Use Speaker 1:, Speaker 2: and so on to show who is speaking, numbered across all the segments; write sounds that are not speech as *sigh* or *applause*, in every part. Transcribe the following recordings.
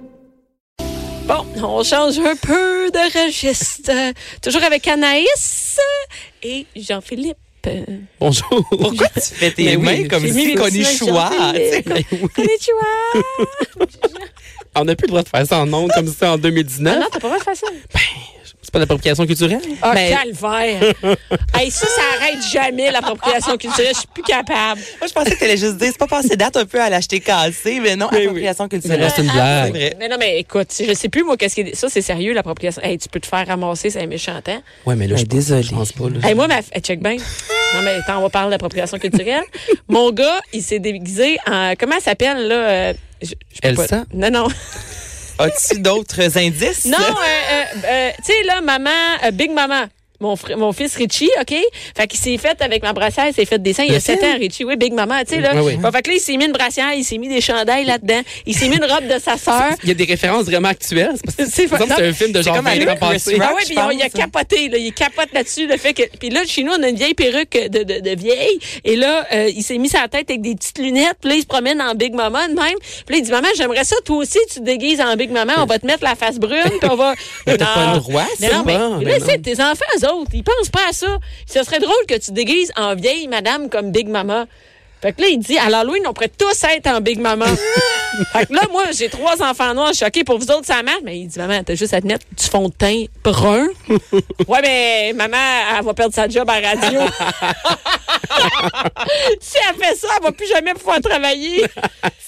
Speaker 1: Bon, on change un peu de registre. Euh, Toujours avec Anaïs et Jean-Philippe. Euh,
Speaker 2: Bonjour.
Speaker 3: Pourquoi tu fais tes
Speaker 2: Mais oui,
Speaker 3: mains comme
Speaker 2: j'ai mis
Speaker 3: si
Speaker 2: les
Speaker 3: qu'on
Speaker 1: petits
Speaker 3: est
Speaker 1: mains
Speaker 3: choix?
Speaker 1: Jean-Philippe. Konnichiwa!
Speaker 2: On n'a plus le droit de faire ça en ondes comme ça en 2019.
Speaker 1: Ah non, t'as pas le droit de faire ça.
Speaker 2: C'est pas l'appropriation culturelle?
Speaker 1: Ah,
Speaker 3: Ben-
Speaker 1: calvaire! hey, ça, ça arrête jamais l'appropriation culturelle. Je suis plus capable.
Speaker 3: Moi, je pensais que t'allais juste dire, c'est pas passé date un peu à l'acheter cassé, mais non,
Speaker 2: oui.
Speaker 3: appropriation
Speaker 2: Mais
Speaker 3: culturelle.
Speaker 1: ah,
Speaker 2: non, c'est une
Speaker 3: C'est
Speaker 2: blague.
Speaker 3: vrai.
Speaker 1: Mais non, mais écoute, je sais plus, moi, qu'est-ce que. Ça, c'est sérieux, l'appropriation. Hey, tu peux te faire ramasser, c'est un méchant temps.
Speaker 2: Ouais, mais là,
Speaker 3: Ben,
Speaker 2: je pense-
Speaker 3: désolée.
Speaker 2: je pense pas. là.
Speaker 1: Hey, moi, ma... hey, check bien. Non, mais attends, on va parler d'appropriation culturelle. Mon gars, il s'est déguisé en. Comment elle s'appelle, là? euh, je- je peux
Speaker 2: Elsa?
Speaker 1: pas- Non, non.
Speaker 3: As-tu d'autres indices? *laughs*
Speaker 1: Non, euh, euh, euh, tu sais, là, maman, euh, Big Maman. Mon, fr- mon fils Richie, OK? Fait qu'il s'est fait avec ma brassière, il s'est fait des seins. Il y a
Speaker 2: Le
Speaker 1: 7
Speaker 2: film?
Speaker 1: ans, Richie. Oui, Big Maman, tu sais, là.
Speaker 2: Oui, oui.
Speaker 1: Bon, fait que là, il s'est mis une brassière, il s'est mis des chandails là-dedans. Il s'est mis une robe de sa sœur.
Speaker 2: Il y a des références vraiment actuelles. C'est parce que-
Speaker 1: hein? C'est
Speaker 2: il me semble que c'est un film de
Speaker 3: c'est
Speaker 2: genre
Speaker 3: comme avec
Speaker 2: 20 ans
Speaker 3: Chris
Speaker 2: passé.
Speaker 3: Rock.
Speaker 1: Ah ouais,
Speaker 3: je
Speaker 1: puis on- il a
Speaker 3: pense.
Speaker 1: capoté, là, il capote là-dessus le fait que puis là chez nous on a une vieille perruque de, de, de vieille et là euh, il s'est mis sa tête avec des petites lunettes, puis là il se promène en Big Maman même. Puis là il dit maman, j'aimerais ça toi aussi tu te déguises en Big Maman, on va te mettre la face brune, puis on va
Speaker 2: Mais t'as pas le droit,
Speaker 1: mais
Speaker 2: c'est
Speaker 1: non, mais,
Speaker 2: bon,
Speaker 1: mais
Speaker 2: mais
Speaker 1: là, c'est tes enfants, eux autres, ils pensent pas à ça. Ce serait drôle que tu te déguises en vieille madame comme Big Mama. Fait que là, il dit, à l'Halloween, on pourrait tous être en Big
Speaker 2: *laughs*
Speaker 1: Mama. fait que là, moi, j'ai trois enfants noirs, je suis OK, pour vous autres, ça marche. Mais il dit, maman, t'as juste à te mettre du fond de teint
Speaker 2: *laughs*
Speaker 1: brun. ouais, mais maman, elle va perdre sa job à
Speaker 2: *laughs*
Speaker 1: radio. si elle fait ça, elle va plus jamais pouvoir
Speaker 2: *laughs*
Speaker 1: travailler.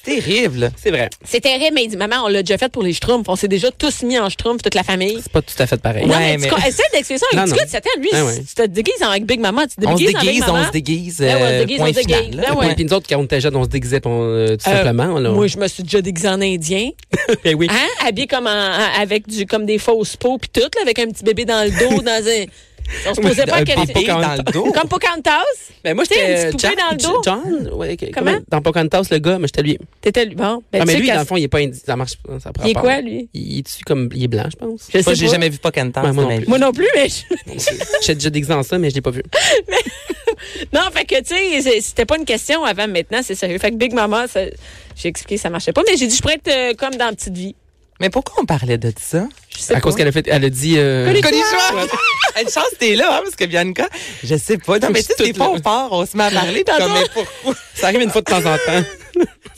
Speaker 3: C'est terrible.
Speaker 2: C'est vrai.
Speaker 1: C'est terrible, mais il dit, maman, on l'a déjà fait pour les schtroumpfs. On s'est déjà tous mis en schtroumpf, toute la famille.
Speaker 2: C'est pas tout à fait pareil.
Speaker 1: Non,
Speaker 3: Ouais,
Speaker 1: mais,
Speaker 3: mais-
Speaker 1: tu co- essaie d'expliquer ça à un
Speaker 2: Non,
Speaker 1: petit
Speaker 2: non.
Speaker 1: gars de 7 ans. Lui,
Speaker 2: Ah
Speaker 1: si
Speaker 2: ouais.
Speaker 1: tu te déguises en Big Maman, tu te
Speaker 3: On se
Speaker 1: déguises en Big
Speaker 3: déguise, on
Speaker 1: Maman.
Speaker 3: se déguise.
Speaker 1: Ah ouais, on se
Speaker 3: euh,
Speaker 1: déguise, on
Speaker 3: Point
Speaker 1: se
Speaker 3: final.
Speaker 1: déguise.
Speaker 3: là.
Speaker 1: Ah ouais.
Speaker 2: Et puis nous autres, quand on était jeunes, on se déguisait puis on, euh, tout
Speaker 1: Euh,
Speaker 2: simplement. là, on-
Speaker 1: Moi, je me suis déjà déguisée en Indien.
Speaker 2: *laughs* Ben oui.
Speaker 1: Hein? Habillée comme, en- en- avec du, comme des fausses peaux, puis tout, là, avec un petit bébé dans le
Speaker 2: *laughs*
Speaker 1: dos, dans un. On se posait pas
Speaker 3: Un
Speaker 1: la question.
Speaker 3: pipi dans le dos.
Speaker 1: Comme Pocahontas,
Speaker 2: Ben moi,
Speaker 1: T'sais,
Speaker 2: j'étais
Speaker 1: une petite poupée
Speaker 2: John-
Speaker 1: dans le dos.
Speaker 2: John, ouais, que-
Speaker 1: Comment?
Speaker 2: Dans Pocahontas, le gars, mais j'étais lui.
Speaker 1: t'étais lui. Bon, ben,
Speaker 2: Ah,
Speaker 1: tu
Speaker 2: mais
Speaker 1: sais
Speaker 2: lui,
Speaker 1: qu'à-
Speaker 2: dans le fond, il est pas indi- ça marche pas, ça prend
Speaker 1: Il est
Speaker 2: pas.
Speaker 1: quoi, lui?
Speaker 2: Il est comme il est blanc, je pense.
Speaker 1: Je
Speaker 3: Moi,
Speaker 1: sais
Speaker 3: j'ai
Speaker 1: pas.
Speaker 3: jamais vu Pocahontas.
Speaker 2: Ouais, moi non
Speaker 3: de ma
Speaker 2: plus.
Speaker 3: vie.
Speaker 1: Moi non plus, mais. je- *laughs*
Speaker 2: J'étais déjà déguisé en ça, mais je l'ai pas vu.
Speaker 1: Non, fait que, tu sais, c'est- c'était pas une question avant, maintenant, c'est sérieux. Fait que Big Mama, ça- j'ai expliqué, ça marchait pas. Mais j'ai dit, je pourrais être euh, comme dans Petite Vie.
Speaker 3: Mais pourquoi on parlait de ça?
Speaker 1: Je sais
Speaker 2: À cause
Speaker 1: pas.
Speaker 2: qu'elle a fait, elle a dit. euh,
Speaker 1: Connu-
Speaker 3: Konnichiwa! *laughs* Une chance que t'es là, hein, parce que Bianca, je sais pas. Non, mais tu sais,
Speaker 2: Toute
Speaker 3: des fois,
Speaker 2: là.
Speaker 3: on part, on se met à parler, puis
Speaker 1: Tantôt-
Speaker 3: comme, mais pourquoi?
Speaker 1: *laughs*
Speaker 2: Ça arrive une fois de temps en temps.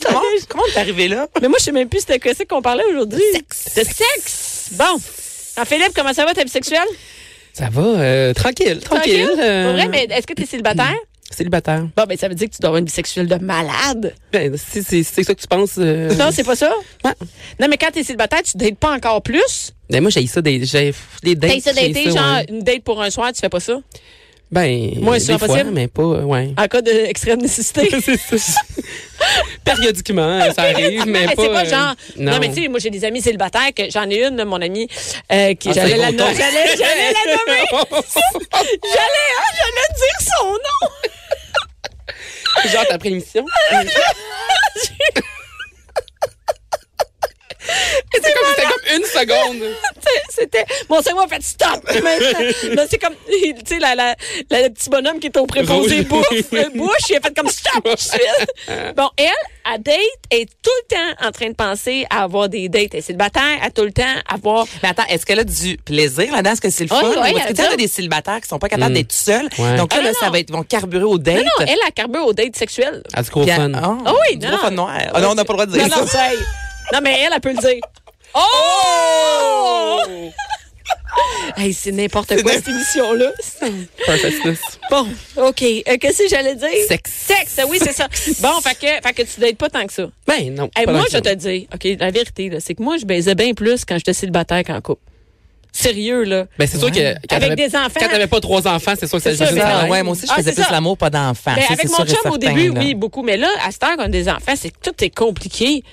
Speaker 3: Comment, comment t'es arrivé là?
Speaker 1: Mais moi, je sais même plus c'était quoi c'est qu'on parlait aujourd'hui. Sexe. De sexe. Bon. Alors, Philippe, comment ça va, t'es bisexuel?
Speaker 2: Ça va, euh, tranquille, tranquille. euh,
Speaker 1: Pour vrai, mais est-ce que t'es célibataire?
Speaker 2: Célibataire.
Speaker 1: *clears throat* Bon, ben, ça veut dire que tu dois avoir une bisexuelle de malade.
Speaker 2: Ben, si c'est si c'est ça que tu penses. euh,
Speaker 1: Non, c'est pas ça?
Speaker 2: Ouais.
Speaker 1: Non, mais quand t'es célibataire, tu dates pas encore plus.
Speaker 2: ben, moi, j'ai ça des, j'ai des dates.
Speaker 1: T'as Ben, ça
Speaker 2: j'ai
Speaker 1: daté,
Speaker 2: ça,
Speaker 1: genre,
Speaker 2: ouais.
Speaker 1: une date pour un soir, tu fais pas ça?
Speaker 2: Ben,
Speaker 1: Moins
Speaker 2: des
Speaker 1: souvent
Speaker 2: fois,
Speaker 1: possible. Ah.
Speaker 2: mais pas, euh, ouais.
Speaker 1: En cas d'extrême *laughs* nécessité.
Speaker 2: *laughs* c'est ça. Périodiquement, euh,
Speaker 1: *laughs*
Speaker 2: ça arrive, mais,
Speaker 1: mais
Speaker 2: pas.
Speaker 1: c'est pas
Speaker 2: euh,
Speaker 1: genre. Non,
Speaker 2: non.
Speaker 1: mais
Speaker 2: *laughs*
Speaker 1: tu sais, moi, j'ai des amis célibataires que j'en ai une, là, mon amie, euh, qui.
Speaker 2: Ah,
Speaker 1: j'allais
Speaker 2: c'est
Speaker 1: la
Speaker 2: bon
Speaker 1: nommer.
Speaker 2: ton.
Speaker 1: J'allais j'allais la *laughs* nommer. J'allais, hein, j'allais dire son nom.
Speaker 2: genre, t'as pris
Speaker 1: *laughs*
Speaker 2: l'émission. C'est comme, c'était comme une seconde.
Speaker 1: C'était- *laughs* C'était. Mon cerveau a fait
Speaker 3: *laughs*
Speaker 1: stop! Maintenant. Là, c'est comme. *laughs* Tu sais, la, la, la- le petit bonhomme qui est au préposé
Speaker 2: Rouge.
Speaker 1: bouffe, euh, bouche, il a fait comme stop!
Speaker 3: *laughs*
Speaker 1: tout de suite. bon, elle, à date, est tout le temps en train de penser à avoir des dates. Elle est célibataire, à tout le temps avoir.
Speaker 3: Mais attends, est-ce qu'elle a du plaisir là-dedans? Est-ce que c'est le
Speaker 1: Oui,
Speaker 3: fun?
Speaker 1: oui,
Speaker 3: ou est-ce
Speaker 1: elle
Speaker 3: que tu sais,
Speaker 1: a-
Speaker 3: on a des célibataires qui sont pas capables d'être seuls?
Speaker 2: Ouais.
Speaker 3: Donc
Speaker 1: Ah,
Speaker 3: là, là,
Speaker 1: non,
Speaker 3: ça
Speaker 1: non.
Speaker 3: va être, vont carburer au date.
Speaker 1: Non, non, elle a carbure aux dates sexuelles.
Speaker 2: À du gros
Speaker 3: Puis
Speaker 2: fun.
Speaker 3: elle- oh,
Speaker 1: Ah oui,
Speaker 3: du
Speaker 1: non.
Speaker 3: gros fun noir. Ah non, on n'a pas le droit de dire
Speaker 1: non, non,
Speaker 3: ça.
Speaker 1: c'est- non, mais elle, elle peut le
Speaker 3: *laughs*
Speaker 1: dire. Oh!
Speaker 3: Oh!
Speaker 1: Hey, c'est n'importe quoi, cette
Speaker 3: *laughs*
Speaker 1: émission-là.
Speaker 2: Perfectness.
Speaker 1: Bon, OK. Euh, Qu'est-ce que j'allais dire?
Speaker 2: Sexe.
Speaker 1: Sexe, oui, c'est ça. Bon, fait que, fait que tu dates pas tant que ça.
Speaker 2: Ben, non.
Speaker 1: Hey,
Speaker 2: pas
Speaker 1: moi,
Speaker 2: dans le
Speaker 1: je
Speaker 2: genre.
Speaker 1: te dis, OK, la vérité, là, c'est que moi, je baisais bien plus quand j'étais célibataire qu'en couple. Sérieux, là.
Speaker 2: Ben, c'est sûr que. quand
Speaker 1: Avec
Speaker 2: t'avais-
Speaker 1: des enfants.
Speaker 2: Quand t'avais pas trois enfants, c'est sûr que
Speaker 1: C'est
Speaker 2: ça
Speaker 1: sûr,
Speaker 2: joue
Speaker 1: mais
Speaker 2: dans
Speaker 3: Ah,
Speaker 2: la-
Speaker 3: ouais, moi aussi, je
Speaker 1: Ah,
Speaker 3: faisais
Speaker 1: c'est
Speaker 3: juste
Speaker 1: ça.
Speaker 3: l'amour, pas d'enfant.
Speaker 1: Ben,
Speaker 3: Ça,
Speaker 1: avec
Speaker 3: Ah, c'est
Speaker 1: mon chum,
Speaker 3: sûr et
Speaker 1: au
Speaker 3: certain,
Speaker 1: début,
Speaker 3: là. *laughs*
Speaker 1: oui, beaucoup. Mais là, à cette heure, quand on a des enfants, c'est que tout est compliqué.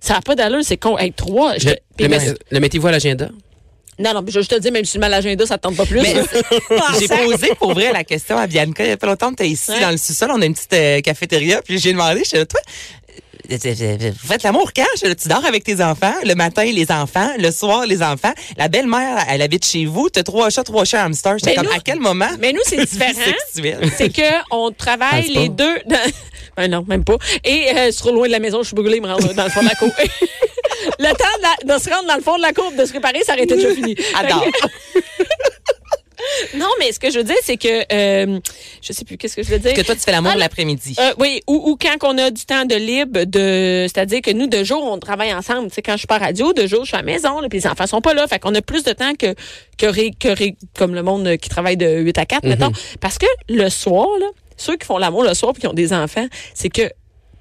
Speaker 1: Ça n'a pas d'allure, c'est con. Hey, trois.
Speaker 2: Je-
Speaker 1: j'étais- puis-
Speaker 2: Le met- le mettez-vous à l'agenda.
Speaker 1: Non, non, mais je, je te dis, même si je mets à l'agenda, ça ne tente pas plus.
Speaker 3: Mais- Ben,
Speaker 1: Pensez-
Speaker 3: J'ai posé pour vrai la question à Bianca il y a pas longtemps. T'es ici
Speaker 1: Ouais.
Speaker 3: dans le sous-sol, on a une petite euh, cafétéria. Puis j'ai demandé, je toi, euh, euh, vous faites l'amour quand? Je dis, tu dors avec tes enfants, le matin les enfants, le soir les enfants. La belle-mère, elle habite chez vous, t'as trois chats, trois chats hamsters. J'étais
Speaker 1: Mais
Speaker 3: comme,
Speaker 1: nous-
Speaker 3: à quel moment? *laughs*
Speaker 1: Mais nous, c'est
Speaker 3: vie
Speaker 1: différent.
Speaker 3: sexuelle?
Speaker 1: C'est que on travaille
Speaker 3: Ah,
Speaker 2: Pense pas.
Speaker 1: les deux. dans- *laughs* Ben non, même pas. Et euh, c'est trop loin de la maison, je suis brûlée, me rendre dans le fond de la cour. *laughs* le temps de, la- de se rendre dans le fond de la cour, de se réparer, ça aurait été déjà fini.
Speaker 3: *laughs* Adore.
Speaker 1: *laughs* Non, mais ce que je veux dire, c'est que euh, je sais plus qu'est-ce que je veux dire.
Speaker 3: que toi, tu fais l'amour
Speaker 1: Ah,
Speaker 3: l'après-midi.
Speaker 1: Euh, oui, ou, ou quand on a du temps de libre, de, c'est-à-dire que nous, de jour, on travaille ensemble. Tu sais, quand je suis pas à radio, de jour, je suis à la maison, là, puis les enfants sont pas là. Fait qu'on a plus de temps que, que, ré- que ré- comme le monde euh, qui travaille de 8 à 4, mettons. Parce que le soir, là, ceux qui font l'amour le soir puis qui ont des enfants, c'est que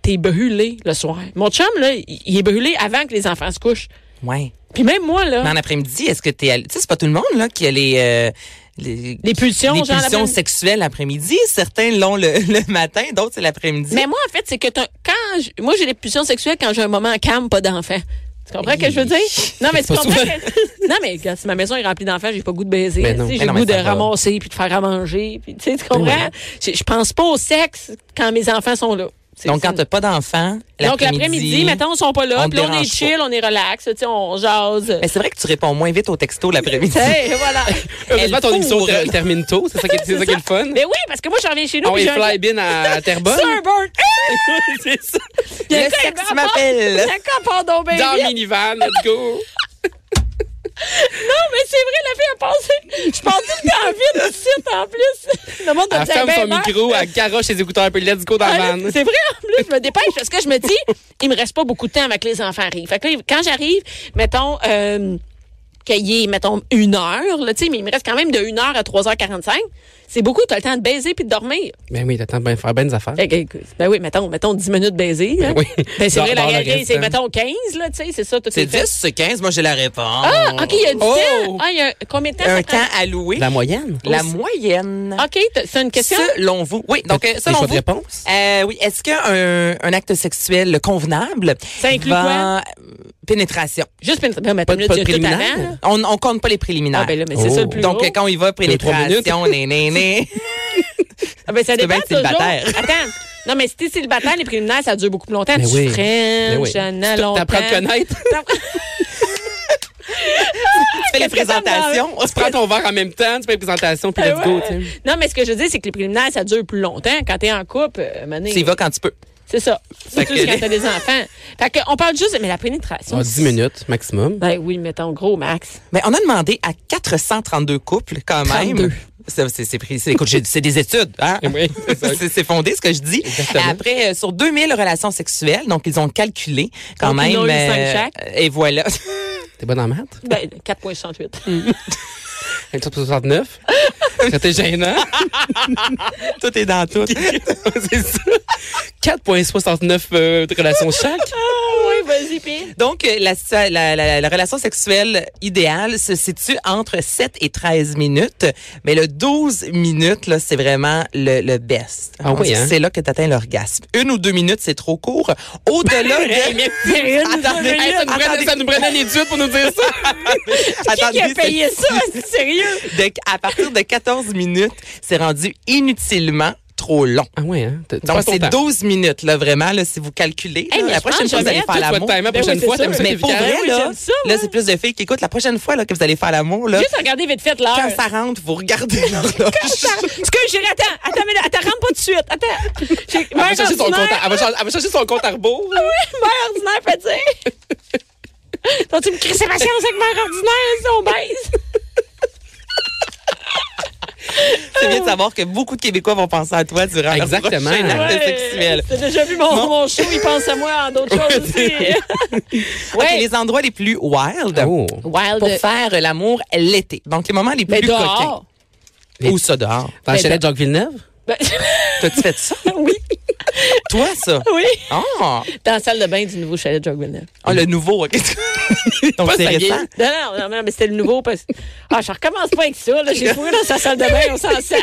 Speaker 1: t'es brûlé le soir. Mon chum, là, il il est brûlé avant que les enfants se couchent.
Speaker 3: ouais.
Speaker 1: Puis même moi, là,
Speaker 3: Mais en après-midi, est-ce que t'es, allé- tu sais, c'est pas tout le monde là qui a les euh, les,
Speaker 1: les pulsions,
Speaker 3: les
Speaker 1: genre,
Speaker 3: pulsions
Speaker 1: l'après-midi.
Speaker 3: sexuelles l'après-midi. Certains l'ont le, *laughs* le matin, d'autres c'est l'après-midi.
Speaker 1: Mais moi, en fait, c'est que t'as- quand j'- moi j'ai des pulsions sexuelles quand j'ai un moment calme, pas d'enfant. Tu comprends ce que je veux dire? Non, mais tu
Speaker 2: Pas
Speaker 1: comprends que- Non, mais quand- si ma maison est remplie d'enfants, j'ai pas le goût de baiser.
Speaker 2: Mais
Speaker 1: tu
Speaker 2: non.
Speaker 1: sais, J'ai
Speaker 3: Mais
Speaker 1: le
Speaker 3: non,
Speaker 1: goût
Speaker 3: mais
Speaker 1: de
Speaker 3: ça va.
Speaker 1: ramasser puis de faire à manger. Puis, tu sais, tu comprends? Je je pense pas au sexe quand mes enfants sont là. C'est-
Speaker 3: Donc quand
Speaker 1: c'est-
Speaker 3: t'as pas d'enfants,
Speaker 1: Donc l'après-midi, mettons, ils sont pas là.
Speaker 3: on
Speaker 1: Puis là, on est
Speaker 3: dérange pas.
Speaker 1: chill, on est relax, tu sais, on jase.
Speaker 3: Mais c'est vrai que tu réponds moins vite aux textos l'après-midi.
Speaker 1: Tu sais, voilà.
Speaker 2: Heureusement, ton
Speaker 3: Elle
Speaker 2: émission
Speaker 3: fourre.
Speaker 2: ter- termine tôt. C'est ça qui est, c'est ça qui est le fun. Ah
Speaker 1: Mais oui, parce que moi, je reviens chez nous.
Speaker 2: On
Speaker 1: puis
Speaker 2: est
Speaker 1: j'ai un-
Speaker 2: fly-bin à Terrebonne.
Speaker 1: Sunburn.
Speaker 2: c'est ça.
Speaker 1: Il y a
Speaker 3: Le
Speaker 1: un gars, il
Speaker 3: sexe
Speaker 1: me rapporte- *laughs*
Speaker 3: m'appelle.
Speaker 1: Le gars part donc bien
Speaker 2: Dans
Speaker 1: vite.
Speaker 2: minivan, let's go.
Speaker 1: Non, mais c'est vrai, la fille a passé. Je pense tout le temps vite du site en plus. Le monde a
Speaker 2: Elle
Speaker 1: dit,
Speaker 2: ferme
Speaker 1: ben,
Speaker 2: son
Speaker 1: merde.
Speaker 2: micro, elle garoche ses écouteurs un peu, let's go dans la
Speaker 1: Ah,
Speaker 2: van.
Speaker 1: C'est vrai, en plus, je me dépêche parce que je me dis, il me reste pas beaucoup de temps avec les enfants arrivent. Fait que là, quand j'arrive, mettons, euh, qu'il y ait, mettons, une heure, là, tu sais, mais il me reste quand même de 1 heure à 3h45. C'est beaucoup, t'as le temps de baiser puis de dormir.
Speaker 2: Ben oui, t'attends de faire bonnes affaires.
Speaker 1: Fait que, écoute, ben oui, mettons, mettons 10 minutes de baiser. hein.
Speaker 2: Oui.
Speaker 1: Ben, c'est
Speaker 2: Dans-
Speaker 1: vrai, la
Speaker 2: dans le
Speaker 1: réalité,
Speaker 2: reste,
Speaker 1: c'est,
Speaker 2: hein.
Speaker 1: mettons, 15, là, tu sais, c'est ça, tout
Speaker 3: *laughs* C'est
Speaker 1: est fait.
Speaker 3: 10, c'est 15, moi j'ai la réponse.
Speaker 1: Ah, OK, il y a du
Speaker 2: Oh!
Speaker 1: temps. Ah, il y a combien de temps ça
Speaker 3: Un
Speaker 1: prend?
Speaker 3: temps alloué.
Speaker 2: La moyenne.
Speaker 3: La moyenne.
Speaker 1: OK, t'as- c'est une Ah, question?
Speaker 3: Selon vous. Oui, donc euh,
Speaker 2: Des
Speaker 3: selon
Speaker 2: choix de
Speaker 3: vous.
Speaker 2: réponse?
Speaker 3: euh, oui, est-ce qu'un un acte sexuel convenable
Speaker 1: Ça inclut
Speaker 3: va- Pénétration.
Speaker 1: Juste une ben, mais
Speaker 2: Pas
Speaker 1: attends
Speaker 2: de-
Speaker 1: une
Speaker 2: pas
Speaker 1: minute,
Speaker 2: de
Speaker 1: il y a tout
Speaker 2: préliminaire?
Speaker 1: avant, là.
Speaker 3: On, on compte pas les préliminaires.
Speaker 1: Ah ben là, mais c'est
Speaker 2: Oh.
Speaker 1: ça le plus
Speaker 3: Donc
Speaker 1: gros.
Speaker 3: euh, quand il va pénétration,
Speaker 2: trois
Speaker 3: né né né.
Speaker 1: *laughs* Ah ben ça dépend
Speaker 3: tu peux bien être
Speaker 1: toujours. Ah,
Speaker 3: célibataire.
Speaker 1: Attends. Non, mais si t'es célibataire, les préliminaires, ça dure beaucoup plus longtemps.
Speaker 2: Mais
Speaker 1: tu
Speaker 2: oui.
Speaker 1: freines,
Speaker 2: Mais oui.
Speaker 1: Chana, longtemps.
Speaker 2: T'apprends à te connaître.
Speaker 3: tu fais
Speaker 1: Qu'est-ce que
Speaker 3: les
Speaker 1: ça me
Speaker 3: présentations.
Speaker 2: Tu prends ton verre en même temps, tu fais une présentation, puis
Speaker 1: Ah
Speaker 2: let's go,
Speaker 1: ouais.
Speaker 2: tu sais.
Speaker 1: Non, mais ce que je veux dire, c'est que les préliminaires, ça dure plus longtemps. Quand t'es en couple, euh, Mané,
Speaker 3: Tu y vas quand tu peux.
Speaker 1: c'est ça.
Speaker 3: Fait
Speaker 1: Surtout
Speaker 3: que-
Speaker 1: quand t'as des enfants. Fait que, on parle juste, mais la pénétration.
Speaker 2: Ah, 10 minutes maximum.
Speaker 1: Ben oui, mettons gros, Max.
Speaker 3: Mais on a demandé à 432 couples quand même.
Speaker 2: 32.
Speaker 3: Ça, C'est c'est pris- c'est- écoute, j'ai- c'est des études. Hein?
Speaker 2: Oui, c'est ça.
Speaker 3: *laughs* C'est c'est fondé ce que je dis.
Speaker 2: Exactement.
Speaker 3: Après, euh, sur 2000 relations sexuelles, donc ils ont calculé quand
Speaker 1: Donc,
Speaker 3: même.
Speaker 1: ils
Speaker 3: euh,
Speaker 1: en ont eu cinq
Speaker 3: et voilà. *laughs*
Speaker 2: T'es bonne en maths?
Speaker 1: Ben, *laughs*
Speaker 2: *laughs*
Speaker 1: 4,68.
Speaker 2: 69. C'était gênant. *laughs*
Speaker 3: tout est
Speaker 1: *laughs*
Speaker 3: dans tout.
Speaker 2: c'est ça. 4,69 euh, de relations chaque.
Speaker 1: oui, vas-y, pire.
Speaker 3: Donc, euh, la, situa- la- la- la relation sexuelle idéale se situe entre 7 et 13 minutes, mais le 12 minutes, là, c'est vraiment le, le best.
Speaker 2: Ah oui, hein?
Speaker 3: C'est là que tu atteins l'orgasme. Une ou deux minutes, c'est trop court.
Speaker 1: *laughs*
Speaker 3: Au-delà de...
Speaker 1: C'est une.
Speaker 3: Attendez,
Speaker 1: Hey,
Speaker 2: Ça nous prenait- ça nous prenait l'étude pour nous dire ça.
Speaker 3: *laughs*
Speaker 1: Qui a
Speaker 3: attendez, c'est-
Speaker 1: payé ça? C'est sérieux?
Speaker 3: de- à partir de 14 minutes, c'est rendu inutilement trop long.
Speaker 2: Ah ouais, hein? T'as- tu
Speaker 3: Donc,
Speaker 2: passes ton
Speaker 3: c'est
Speaker 2: temps.
Speaker 3: 12 minutes, là, vraiment, là, si vous calculez.
Speaker 1: Hey, mais
Speaker 3: là,
Speaker 1: je pense
Speaker 3: la prochaine
Speaker 1: que
Speaker 3: fois, vous allez
Speaker 1: Juliette,
Speaker 2: Toi,
Speaker 3: faire
Speaker 2: tu vas
Speaker 3: l'amour.
Speaker 2: te timer la
Speaker 1: Ben oui,
Speaker 2: prochaine
Speaker 1: c'est
Speaker 2: fois,
Speaker 1: sûr.
Speaker 2: t'aimes ça,
Speaker 3: Mais
Speaker 2: t'es
Speaker 3: pour
Speaker 2: efficace.
Speaker 3: vrai,
Speaker 1: oui,
Speaker 3: là,
Speaker 1: j'aime ça, moi.
Speaker 3: là, c'est plus de filles qui écoutent. La prochaine fois, là, que vous allez faire l'amour, là,
Speaker 1: Juste regarder vite fait l'heure.
Speaker 3: quand ça rentre,
Speaker 1: *laughs*
Speaker 3: vous regardez l'horloge.
Speaker 1: Parce que j'ai attends, attends, mais là, attends, rentre pas tout de suite. Attends. J'ai-
Speaker 3: Ah,
Speaker 2: Elle va
Speaker 1: Mère
Speaker 2: chercher son compte
Speaker 1: ordinaire, Ah
Speaker 2: à- elle va chercher- elle va chercher son compte à rebours.
Speaker 1: mère ordinaire, fait dire. tu me crisses patience avec mère ordinaire, si on
Speaker 3: *laughs*
Speaker 1: baise.
Speaker 3: C'est bien de savoir que beaucoup de Québécois vont penser à toi durant
Speaker 2: Exactement.
Speaker 3: leur prochain acte
Speaker 1: Ouais,
Speaker 3: sexuel.
Speaker 1: T'as déjà vu mon, mon show, il pense à moi en d'autres choses aussi. *laughs*
Speaker 3: OK,
Speaker 1: Ouais.
Speaker 3: les endroits les plus wild
Speaker 2: Oh.
Speaker 1: Wild.
Speaker 3: pour faire l'amour l'été. Donc, les moments les
Speaker 1: Mais
Speaker 3: plus coquins.
Speaker 1: dehors.
Speaker 2: Les-
Speaker 3: Ou ça dehors.
Speaker 2: Dans le
Speaker 1: Mais
Speaker 2: chalet de Jacques Villeneuve?
Speaker 1: *laughs* Ben,
Speaker 3: T'as-tu fait ça?
Speaker 1: oui.
Speaker 3: Toi, ça?
Speaker 1: Oui.
Speaker 3: Ah!
Speaker 1: Dans la salle de bain du nouveau chalet de Jacques Villeneuve.
Speaker 3: Ah, le nouveau, OK. *laughs* Donc, c'est récent.
Speaker 1: Non, non, non, non, mais c'était le nouveau. Parce... Ah, je recommence pas avec ça. là. J'ai fourré dans sa salle de bain, on s'en sert.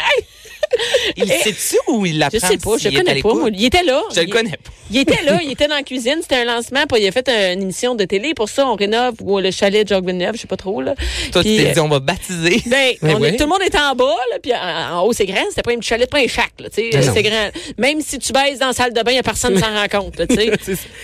Speaker 3: Il le sait-tu ou il l'apprend?
Speaker 1: Eh. Je sais pas, je
Speaker 3: s'il est
Speaker 1: le
Speaker 3: à
Speaker 1: connais pas.
Speaker 3: l'écoute?
Speaker 1: moi. Il était là.
Speaker 3: Je le
Speaker 1: Il-
Speaker 3: connais pas.
Speaker 1: Il était
Speaker 3: *laughs*
Speaker 1: là, il était dans la cuisine, c'était un lancement, puis il a fait un- une émission de télé. Pour ça, on rénove ou le chalet de Jacques Villeneuve, je sais pas trop. Là.
Speaker 3: Toi, tu
Speaker 1: Puis,
Speaker 3: t'es dit,
Speaker 1: euh,
Speaker 3: on va baptiser.
Speaker 1: ben,
Speaker 2: Ben
Speaker 1: on
Speaker 2: oui.
Speaker 1: est- tout le monde était en bas, là, puis en, en haut, c'est grand. C'était pas un petit chalet, pas un shack, là, tu sais,
Speaker 3: Ben non.
Speaker 1: c'est grand. Même si tu baisses dans la salle de bain, y a personne qui s'en rend compte, là, tu
Speaker 3: *laughs*
Speaker 1: sais.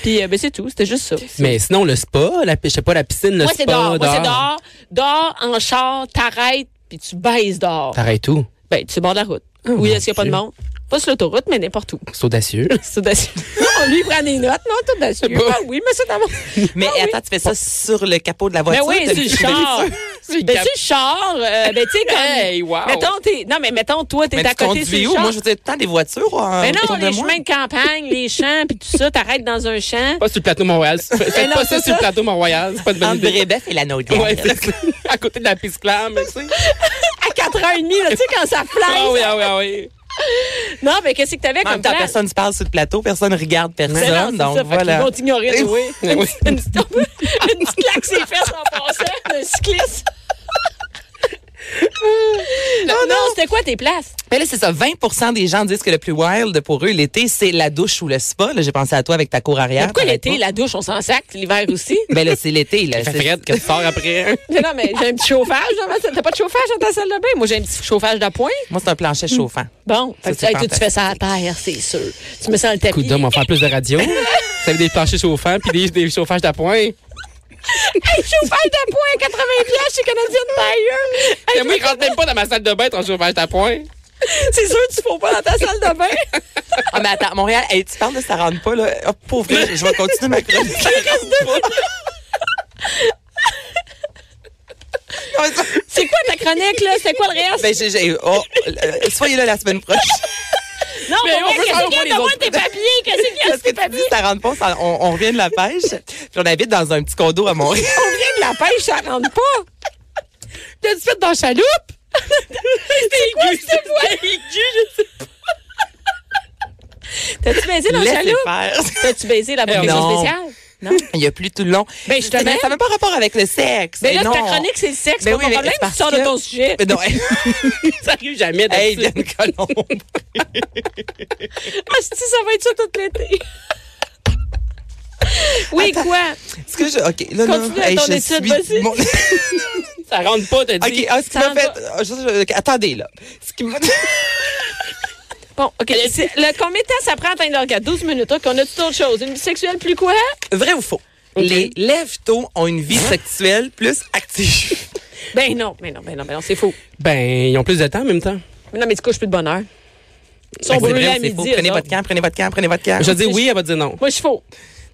Speaker 1: Puis, euh, ben, c'est tout, c'était juste ça.
Speaker 2: Mais sinon, le spa, la, pi- je sais pas, la piscine, le
Speaker 1: Moi,
Speaker 2: spa.
Speaker 1: c'est dehors. Moi, c'est dehors. Dehors, en char, t'arrêtes, puis tu baises dehors.
Speaker 2: T'arrêtes tout.
Speaker 1: Ben, tu es bord de la route.
Speaker 3: Oh,
Speaker 1: oui, est-ce qu'il y a pas de
Speaker 2: Dieu.
Speaker 1: monde? Pas sur l'autoroute, mais n'importe où.
Speaker 2: C'est audacieux.
Speaker 1: *laughs* C'est audacieux. on lui prend des notes, non? C'est audacieux.
Speaker 2: Bon.
Speaker 1: Ah oui, mais c'est dans mon...
Speaker 3: Mais
Speaker 1: Ah oui.
Speaker 3: attends, tu fais ça sur le capot de la
Speaker 1: Ben
Speaker 3: voiture?
Speaker 1: oui,
Speaker 3: t'as
Speaker 1: c'est le
Speaker 3: vu-
Speaker 1: char. Ben,
Speaker 2: cap-
Speaker 1: *laughs* c'est le char. euh, ben, tu sais, comme.
Speaker 2: Hey, wow.
Speaker 1: Mettons, t'es. Non, mais mettons, toi, t'es
Speaker 3: Mais
Speaker 1: à
Speaker 3: tu
Speaker 1: côté sur
Speaker 3: conduis
Speaker 1: le
Speaker 3: où?
Speaker 1: char.
Speaker 3: Moi, je veux dire, tout le temps des voitures. en-
Speaker 1: ben non,
Speaker 3: autour de
Speaker 1: les
Speaker 3: moi.
Speaker 1: chemins de campagne, les champs, puis tout ça, t'arrêtes dans un *laughs* champ.
Speaker 2: Pas sur le plateau Mont-Royal. Faites
Speaker 1: non,
Speaker 2: pas
Speaker 1: c'est
Speaker 2: ça sur le
Speaker 1: ça.
Speaker 2: plateau Mont-Royal. C'est pas
Speaker 1: Ben,
Speaker 2: de bonne
Speaker 3: Entre
Speaker 2: idée.
Speaker 3: Brébeuf et la Naudière.
Speaker 2: Ouais, c'est ça. À côté de la piste clame, tu sais.
Speaker 1: À 4h30, là, tu sais, quand *laughs* ça
Speaker 2: Ah oui,
Speaker 1: flamme.
Speaker 2: ah oui, ah oui.
Speaker 1: Non, mais qu'est-ce que t'avais
Speaker 3: En
Speaker 1: comme
Speaker 3: même temps,
Speaker 1: plan?
Speaker 3: personne ne se parle sur le plateau, personne ne regarde
Speaker 1: Ben non,
Speaker 3: personne.
Speaker 1: c'est
Speaker 3: donc
Speaker 1: ça, fait qu'ils
Speaker 3: voilà.
Speaker 1: vont t'ignorer, oui.
Speaker 2: Eh oui.
Speaker 1: Une petite *laughs* une petite claque ses fesses en passant, d'un cycliste. *laughs* non, non, c'était quoi tes places?
Speaker 3: Mais là, c'est ça. 20 des gens disent que le plus wild pour eux l'été, c'est la douche ou le spa. Là, j'ai pensé à toi avec ta cour
Speaker 1: Mais
Speaker 3: arrière.
Speaker 1: pourquoi
Speaker 3: par
Speaker 1: l'été,
Speaker 3: exemple.
Speaker 1: la douche, on s'en sac, l'hiver aussi?
Speaker 3: Ben là, c'est
Speaker 1: *laughs*
Speaker 3: l'été. Là.
Speaker 2: Fait
Speaker 3: C'est-
Speaker 2: frette que tu sors après.
Speaker 1: Mais non, mais j'ai un petit chauffage dans ma salle. T'as pas de chauffage dans ta salle de bain? Moi, j'ai un petit chauffage d'appoint.
Speaker 3: Moi, c'est un plancher
Speaker 1: Hmm.
Speaker 3: chauffant.
Speaker 1: Bon, fait que,
Speaker 3: c'est
Speaker 1: hey, toi, tu fais ça à terre, c'est sûr. Tu me sens le
Speaker 2: Coup
Speaker 1: tapis.
Speaker 2: d'homme, on va faire plus de radio. Ça fait des planchers chauffants puis des, des chauffages d'appoint.
Speaker 1: Hey, chauffage d'appoint, 80 piastres chez Canadian Tire. Hey,
Speaker 2: Et moi, ils rentrent même pas dans ma salle de bain, ton chauffage d'appoint. *laughs*
Speaker 1: c'est sûr que tu ne pas dans ta salle de bain.
Speaker 3: Ah, mais attends, Montréal, hey, tu parles de ça rentre pas, là. Oh, pauvre, je je vais continuer
Speaker 1: *laughs*
Speaker 3: ma chronique. Ça rentre pas. Comment
Speaker 1: *laughs*
Speaker 3: ça?
Speaker 1: C'est quoi ta chronique, là? C'est quoi le reste?
Speaker 3: *laughs* Ben, j'ai, j'ai- oh, euh, soyez là la semaine prochaine.
Speaker 1: Non,
Speaker 2: Mais
Speaker 1: mais
Speaker 2: on veut
Speaker 1: qu'est-ce
Speaker 2: savoir
Speaker 1: qu'il y a
Speaker 2: les
Speaker 1: de moi
Speaker 2: autres.
Speaker 1: tes papiers? Qu'est-ce qu'il y a
Speaker 3: Parce
Speaker 1: de tes
Speaker 3: que tu dis,
Speaker 1: papiers?
Speaker 3: ça rentre pas, ça- on, on revient de la pêche. Puis on habite dans un petit condo
Speaker 1: *laughs*
Speaker 3: à Montréal.
Speaker 1: On vient de la pêche, ça rentre pas. T'as-tu fait dans la chaloupe?
Speaker 3: *laughs*
Speaker 1: C'était quoi cette voix? je sais pas. T'as-tu baisé dans la
Speaker 3: Laissez
Speaker 1: chaloupe?
Speaker 3: faire.
Speaker 1: T'as-tu baisé la bonne
Speaker 3: Eh
Speaker 1: chose
Speaker 3: non.
Speaker 1: spéciale? Non?
Speaker 3: Il y a plus tout le long.
Speaker 1: Ben, justement.
Speaker 3: Mais ça n'a même pas rapport avec le sexe.
Speaker 1: Mais Ben
Speaker 3: Eh
Speaker 1: là,
Speaker 3: non.
Speaker 1: ta chronique, c'est le sexe.
Speaker 3: Ben
Speaker 1: pas
Speaker 3: oui,
Speaker 1: ton
Speaker 3: mais
Speaker 1: problème,
Speaker 3: c'est
Speaker 1: tu
Speaker 3: parce
Speaker 1: sors de
Speaker 3: que-
Speaker 1: ton sujet.
Speaker 3: Mais non, *laughs*
Speaker 2: Ça arrive jamais
Speaker 3: hey,
Speaker 2: d'habitude.
Speaker 3: Bianca, non.
Speaker 1: Ah, si, ça va être ça tout
Speaker 3: *laughs*
Speaker 1: l'été. Oui, quoi?
Speaker 3: Est-ce que je. OK, là, là,
Speaker 1: Continue à ton
Speaker 3: je
Speaker 1: étude, vas-y.
Speaker 3: mon-
Speaker 2: Ça rentre pas, t'as dit.
Speaker 3: OK, ah, ce qui
Speaker 1: Ça
Speaker 3: m'a
Speaker 1: en
Speaker 3: fait. ah, je- je- ok, attendez, là. Ce qui m'a.
Speaker 1: Bon, OK. c'est- Le, combien de temps ça prend à atteindre l'orgasme? 12 minutes. OK, on a tout autre chose. Une vie sexuelle plus quoi?
Speaker 3: *laughs* Vrai ou faux? Les lève-tôt ont une
Speaker 1: Hein?
Speaker 3: vie sexuelle plus active.
Speaker 1: Ben non, ben non, ben non, ben non, c'est faux.
Speaker 2: Ben, ils ont plus de temps en même temps.
Speaker 1: Mais non, mais tu couches plus de bonheur. Ils sont
Speaker 3: Fait que Ben, c'est
Speaker 1: brûlés
Speaker 3: vrai
Speaker 1: à
Speaker 3: ou c'est
Speaker 1: midi.
Speaker 3: faux?
Speaker 1: eux
Speaker 3: Prenez
Speaker 1: autres.
Speaker 3: votre camp, prenez votre camp, prenez votre camp.
Speaker 2: Je vais dire oui, elle va dire
Speaker 3: *laughs*
Speaker 2: non.
Speaker 1: Moi, je suis faux.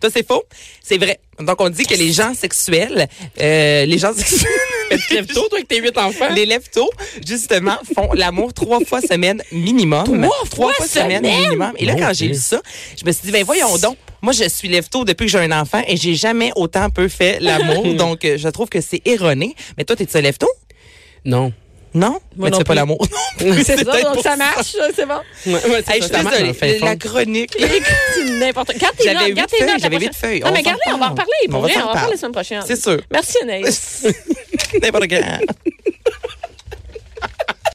Speaker 3: Toi, c'est faux? C'est vrai. Donc, on dit que les gens sexuels, euh, les gens *laughs* sexuels,
Speaker 2: Tu te lèves tôt, toi, avec tes huit enfants.
Speaker 3: les lève-tôt, justement, font l'amour trois fois semaine minimum.
Speaker 1: Trois fois semaine?
Speaker 3: minimum. Et là,
Speaker 2: Mon
Speaker 3: quand j'ai
Speaker 2: Dieu.
Speaker 3: lu ça, je me suis dit, ben voyons donc, moi, je suis lève-tôt depuis que j'ai un enfant et j'ai jamais autant peu fait
Speaker 1: *laughs*
Speaker 3: l'amour. donc, euh, je trouve que c'est erroné. Mais toi, t'es-tu un lève-tôt?
Speaker 2: Non.
Speaker 3: Non?
Speaker 1: Moi
Speaker 3: mais
Speaker 1: non
Speaker 3: tu fais pas
Speaker 1: plus. *laughs*
Speaker 3: l'amour.
Speaker 1: C'est ça,
Speaker 3: peut-être
Speaker 1: donc
Speaker 3: pour
Speaker 1: ça marche, ça, c'est
Speaker 3: *laughs*
Speaker 1: bon.
Speaker 2: Ouais, ouais, c'est
Speaker 3: Hey,
Speaker 2: ça,
Speaker 3: je suis
Speaker 2: ça marche,
Speaker 3: désolée.
Speaker 2: en fait,
Speaker 3: La
Speaker 2: fond.
Speaker 3: chronique.
Speaker 1: *laughs* C'est n'importe quoi. Garde tes
Speaker 3: J'avais
Speaker 1: notes,
Speaker 3: huit
Speaker 1: garde tes
Speaker 3: feuilles,
Speaker 1: notes. la
Speaker 3: j'avais
Speaker 1: prochaine-
Speaker 3: huit feuilles.
Speaker 1: Non,
Speaker 3: On
Speaker 1: mais
Speaker 3: s'en
Speaker 1: gardez, on va en
Speaker 3: parle.
Speaker 1: reparler.
Speaker 3: On
Speaker 1: Pour
Speaker 3: va
Speaker 1: vrai,
Speaker 3: s'en
Speaker 1: on va en
Speaker 3: parler.
Speaker 1: parler la semaine prochaine.
Speaker 3: C'est sûr.
Speaker 1: Merci, Anaïs.
Speaker 3: N'importe quoi.